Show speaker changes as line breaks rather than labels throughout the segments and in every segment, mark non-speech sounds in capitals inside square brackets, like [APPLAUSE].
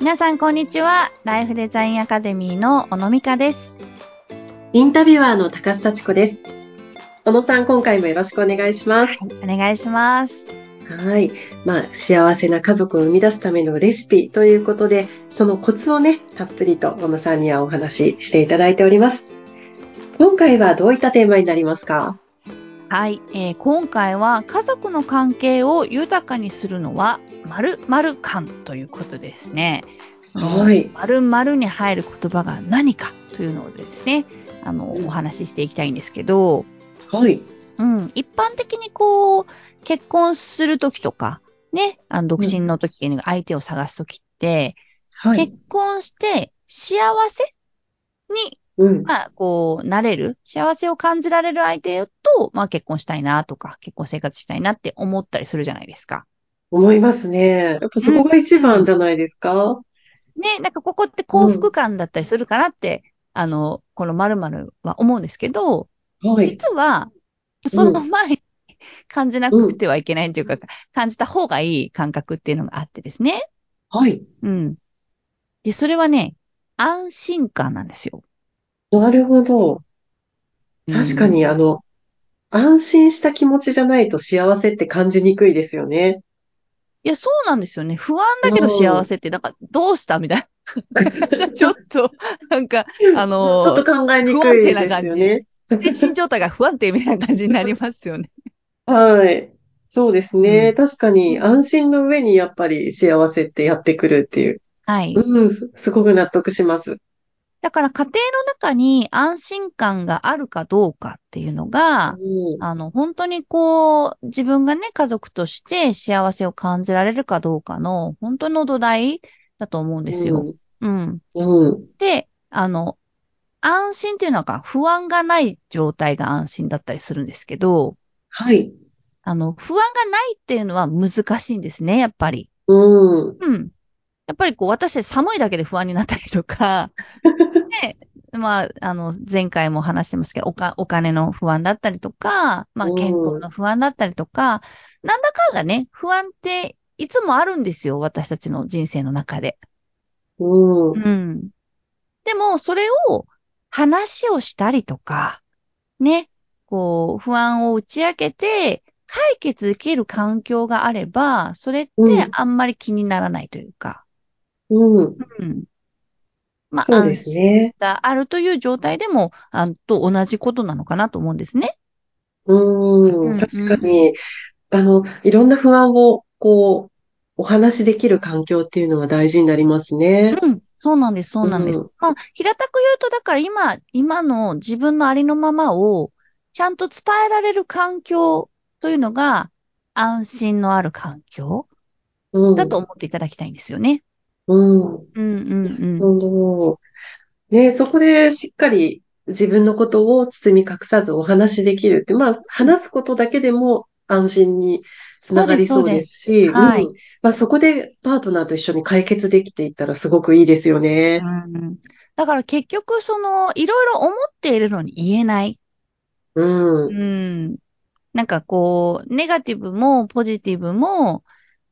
皆さんこんにちは。ライフデザインアカデミーの小野美香です。
インタビュアーの高須幸子です。小野さん、今回もよろしくお願いします。
お願いします。
はい。まあ、幸せな家族を生み出すためのレシピということで、そのコツをね、たっぷりと小野さんにはお話ししていただいております。今回はどういったテーマになりますか
はい、えー今回は家族の関係を豊かにするのは〇〇感ということですね。
はい。
〇〇に入る言葉が何かというのをですね、あの、
うん
お話ししていきたいんですけど、
はい。
うん、一般的にこう、結婚するときとか、ね、あの独身のとき、相手を探すときって、
はい。
結婚して幸せに、
うん。
まあ、こう、なれる、幸せを感じられる相手と、まあ、結婚したいなとか、結婚生活したいなって思ったりするじゃないですか。
思いますね。やっぱそこが一番じゃないですか。
ね、なんかここって幸福感だったりするかなって、あの、この〇〇は思うんですけど、
はい。
実は、その前に [LAUGHS] 感じなくてはいけないというか、感じた方がいい感覚っていうのがあってですね。
はい。
うん。で、それはね、安心感なんですよ。
なるほど。
うん
確か。に、あの、安心した気持ちじゃないと幸せって感じにくいですよね。
いや、そうなんですよね。不安だけど幸せって、なんか、どうしたみたい
[LAUGHS]
な。ちょっと、なんか、あのー
ちょっと考えにくいですよね。
精神状態が不安定みたいな感じになりますよね。
はい。そうです
う
ね。
ん
確かに、安心の上にやっぱり幸せってやってくるっていう。
はい。
うん、すすごく納得します。
だから、家庭の中に安心感があるかどうかっていうのが、
うん
あの、本当にこう、自分がね、家族として幸せを感じられるかどうかの、本当の土台だと思うんですよ。うん。
うん。うん。
で、あの、安心っていうのが不安がない状態が安心だったりするんですけど、
はい。
あの、不安がないっていうのは難しいんですね、やっぱり。
うん。
うん。やっぱりこう、私たち寒いだけで不安になったりと
[LAUGHS]
か、ね、まあ、あの、前回も話してますけど、おか、お金の不安だったりとか、まあ、
うん
健康の不安だったりとか、なんだかんだね、不安っていつもあるんですよ、私たちの人生の中で。
うん。
うん。でも、それを話をしたりとか、ね、こう、不安を打ち明けて、解決できる環境があれば、それって
うん
あんまり気にならないというか、
うん。
うん。まあ、
そうですね。
安心があるという状態でも、あのと同じことなのかなと思うんですね。
う。
うんん
確かに、あの、いろんな不安を、こう、お話しできる環境っていうのは大事になりますね。
うん。そうなんです、そうなんです。
うん
まあ、平たく言うと、だから今、今の自分のありのままを、ちゃんと伝えられる環境というのが、安心のある環境
うん。
だと思っていただきたいんですよね。
うん。
うん、うん、うん。
なるほど。ね、そこでしっかり自分のことを包み隠さずお話しできるって、まあ、話すことだけでも安心につながりそうですし、
そうですはい
うんまあ、そこでパートナーと一緒に解決できていったらすごくいいですよね。
うん、だから結局、その、いろいろ思っているのに言えない。
うん。
うん。なんかこう、ネガティブもポジティブも、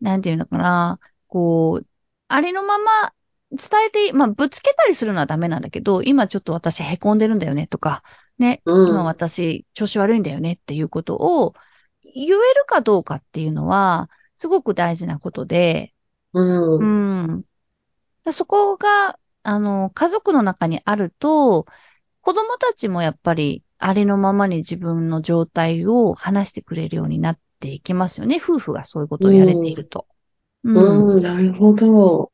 なんていうのかな、こう、ありのまま伝えてい、まあ、ぶつけたりするのはダメなんだけど、今ちょっと私へこんでるんだよねとか、ね、
うん。
今私調子悪いんだよねっていうことを言えるかどうかっていうのは、すごく大事なことで、
うん。
うん。だそこが、あの、家族の中にあると、子供たちもやっぱりありのままに自分の状態を話してくれるようになっていきますよね。夫婦がそういうことをやれていると。うん。
うんなるほど。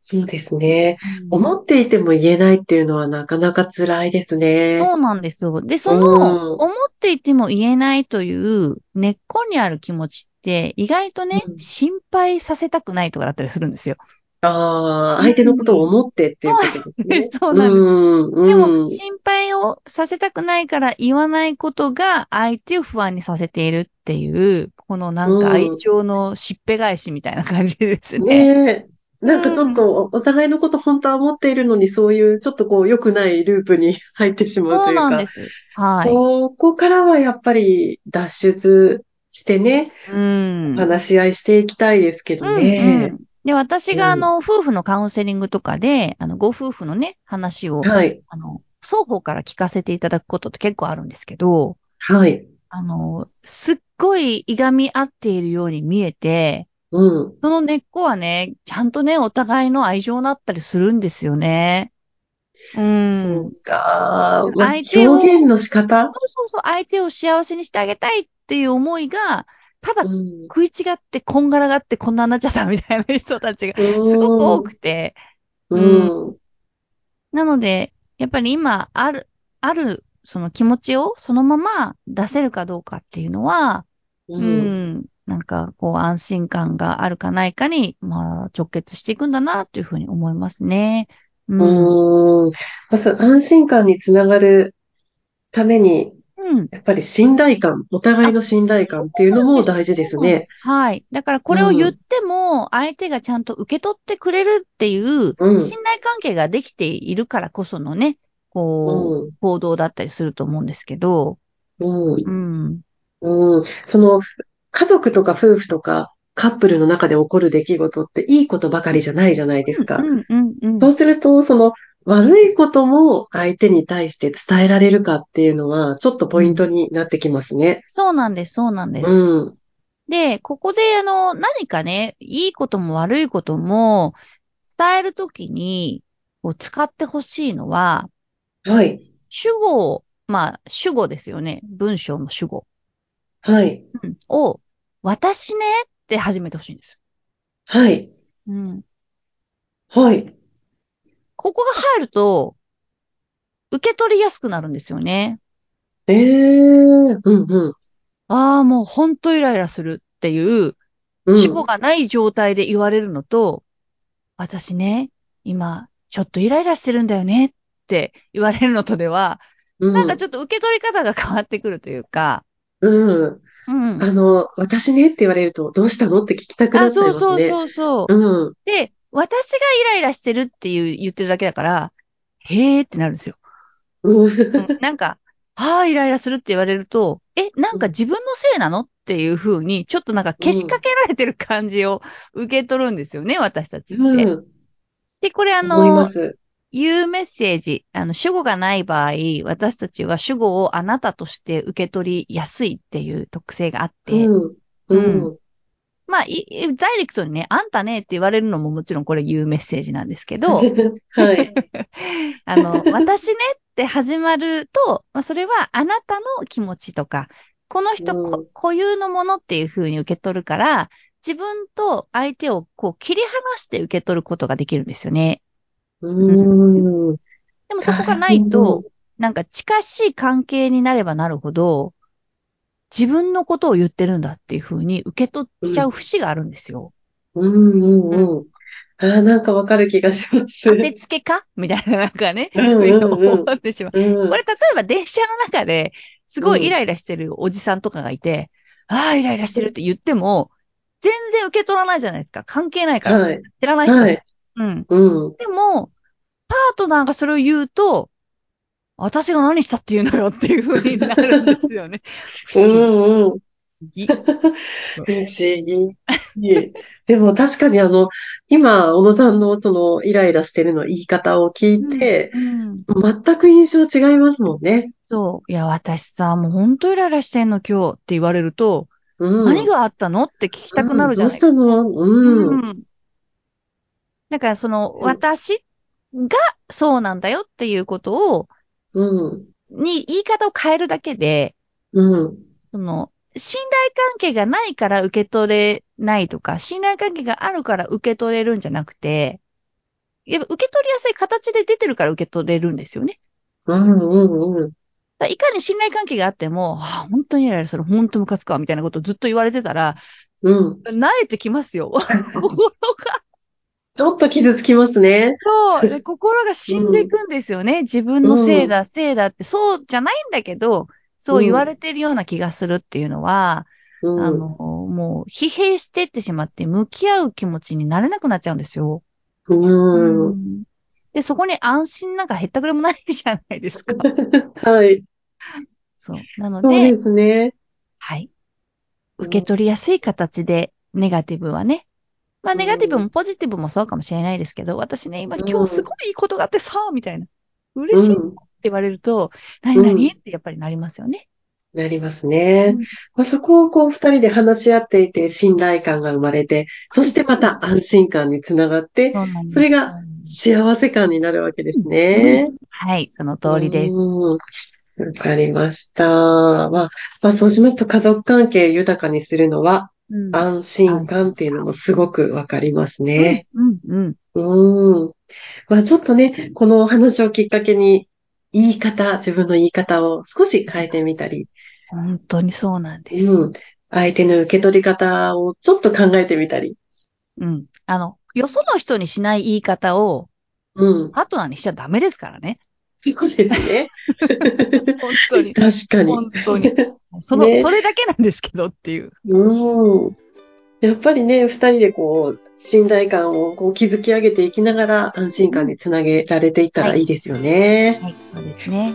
そうですね。
うん
思っていても言えないっていうのはなかなか辛いですね。
そうなんですよ。で、その、
うん
思っていても言えないという根っこにある気持ちって、意外とね
う、ん
心配させたくないとかだったりするんですよ。
ああ、相手のことを思ってっていうことですね。
[LAUGHS] そうなんです
うん
で
う
も、
ん
心配をさせたくないから言わないことが相手を不安にさせているっていう、このなんか愛情のしっぺ返しみたいな感じですね。
ねえ、なんかちょっとおお互いのこと本当は思っているのに、そういうちょっとこう良くないループに入ってしまう
そ
と
う
いう
なん
か、
です。は
ここからはやっぱり脱出してね、
い。うん。
話し合いしていきたいですけど
うんう
ね。
んで、私が、
うん
あの、夫婦のカウンセリングとかで、あの、ご夫婦のね、話を、
はい。
あの、双方から聞かせていただくことって結構あるんですけど、
はい。
あの、すっごいいがみ合っているように見えて、
うん。
その根っこはね、ちゃんとね、お互いの愛情だったりするんですよね。う
そ
ん
う。か。まあ
相手を
表現の仕方
そうそうそう、相手を幸せにしてあげたいっていう思いが、ただ
うん。
食い違ってこんがらがってこんなになっちゃったみたいな人たちがすごく多くて。
う
うん
ん。
なので、やっぱり今、ある、ある、その気持ちをそのまま出せるかどうかっていうのは、
う。
うんん、なんか、こう、安心感があるかないかに、まあ、直結していくんだな、というふうに思いますね。うん。
うん。まず安心感につながるために、
うん。
やっぱり信頼感、お互いの信頼感っていうのも大事ですね。
はい。だから、これを言っても、相手がちゃんと受け取ってくれるっていう、
うん。
信頼関係ができているからこそのね、こう、
うん。
行動だったりすると思うんですけど、
うん。
うん。
うん。その、家族とか夫婦とかカップルの中で起こる出来事っていいことばかりじゃないじゃないですか。
うん、うん、うん。
そうすると、その、悪いことも相手に対して伝えられるかっていうのは、ちょっとポイントになってきますね。
そうなんです、そうなんです。
うん。
で、ここで、あの、何かね、いいことも悪いことも、伝えるときに、こう、使ってほしいのは、
はい。
主語を、まあ、主語ですよね。文章の主語。
はい。
うんを、私ねって始めてほしいんです。
はい。
うん。
はい。
ここが入ると、受け取りやすくなるんですよね。
ええうんうん。
ああ、もうほんとイライラするっていう、
うん。
主語がない状態で言われるのと、私ね、今、ちょっとイライラしてるんだよねって言われるのとでは、
うん、
なんかちょっと受け取り方が変わってくるというか、
うん。
うん。
あの、私ねって言われると、どうしたのって聞きたくなっ
あ、
ちゃ
そう
います
そう
ね。
そうそう。
うん。
で、私がイライラしてるっていう言ってるだけだから、へーってなるんですよ。
うん。 [LAUGHS]
うんなんか、ああ、イライラするって言われると、え、なんか自分のせいなのっていう風に、ちょっとなんか消しかけられてる感じを受け取るんですよね、私たちって。
うん。
で、これあ
思いま
の、
す。
言うメッセージ、あの、主語がない場合、私たちは主語をあなたとして受け取りやすいっていう特性があって、
うん。うん。
まあ、いいダイレクトにね、あんたねって言われるのももちろんこれ言うメッセージなんですけど、
[LAUGHS] はい。
あの、私ねって始まると、まあ、それはあなたの気持ちとか、この人こ
うん
固有のものっていう風に受け取るから、自分と相手をこう切り離して受け取ることができるんですよね。
うん。
でもそこがないと、なんか近しい関係になればなるほど、自分のことを言ってるんだっていう風に受け取っちゃう節があるんですよ。
うんうんうん。ああ、なんかわかる気がします。
当てつけかみたいななんかね、
うんうんうん
思ってしまう。
うん
これ例えば電車の中で、すごいイライラしてるおじさんとかがいて、ああ、イライラしてるって言っても、全然受け取らないじゃないですか。関係ないから。
はい。
知らない人だ
は
し
い。
うん。
うん。
でも、パートナーがそれを言うと、私が何したっていうのよっていう風になるんですよ
[LAUGHS]
ね。不
う
思
んうん。
議。 [LAUGHS]
不思議。でも確かにあの、今、小野さんのそのイライラしてるの言い方を聞いて、
うん
全く印象違いますもんね。
そう。いや、私さ、もう本当イライラしてんの今日って言われると、
うん。
何があったのって聞きたくなるじゃないですか
うんどうしたのうん。
うん。だからその、
うん
私がそうなんだよっていうことを、
うん。
に言い方を変えるだけで、
うん。
その、信頼関係がないから受け取れないとか、信頼関係があるから受け取れるんじゃなくて、やっぱ受け取りやすい形で出てるから受け取れるんですよね。
うん。うん。うん。
だからいかに信頼関係があっても、あ本当にやられそれ本当ムカつくわ、みたいなことをずっと言われてたら、
うん。
慣れてきますよ。心が。
ちょっと傷つきますね。
そう、
[LAUGHS]
で心が死んでいくんですよね。自分のせいだ、せいだって、そうじゃないんだけど、そう言われてるような気がするっていうのは、
うん。
あの、もう疲弊してってしまって、向き合う気持ちになれなくなっちゃうんですよ。
うん。
で、そこに安心なんかへったくれもないじゃないですか。
はい。
そう。なの
そう
で、
ですね。
はい。受け取りやすい形で、ネガティブはね、まあ、
うん
ネガティブもポジティブもそうかもしれないですけど、私ね、今今日すごいいいことがあってさ、みたいな。嬉しいって
うん、
言われると、何
ん
々ってやっぱりなりますよね。
なりますね。
うん
まあ、そこをこう二人で話し合っていて信頼感が生まれて、そしてまた安心感につながって
そうなんです
それが幸せ感になるわけですね。
はい、その通りです。
うん。わかりました。まあ、まあそうしますと家族関係豊かにするのは
うん
安心感っていうのもすごくわかりますね。
うん、うん。
うん。まあちょっとね、このお話をきっかけに言い方、自分の言い方を少し変えてみたり、
本当にそうなんです。
うん。相手の受け取り方をちょっと考えてみたり。
うん。あの、よその人にしない言い方を、
うん。
パートナーにしちゃダメですからね。
そうで
[LAUGHS]
すね。
本当に
確。かに。
本当に。その、
ね
それだけなんですけどっていう。
うん。やっぱりね、二人でこう、信頼感をこう築き上げていきながら安心感につなげられていったら
はい
いいですよね。
はい、そうですね。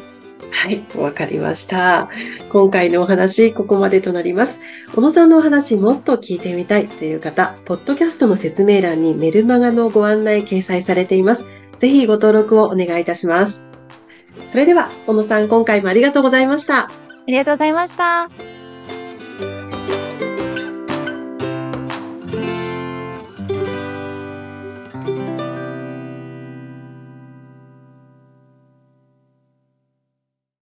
はい、わかりました。今回のお話、ここまでとなります。小野さんのお話、もっと聞いてみたいという方、ポッドキャストの説明欄にメルマガのご案内掲載されています。ぜひご登録をお願いいたします。それでは、小野さん、今回もありがとうございました。
ありがとうございました。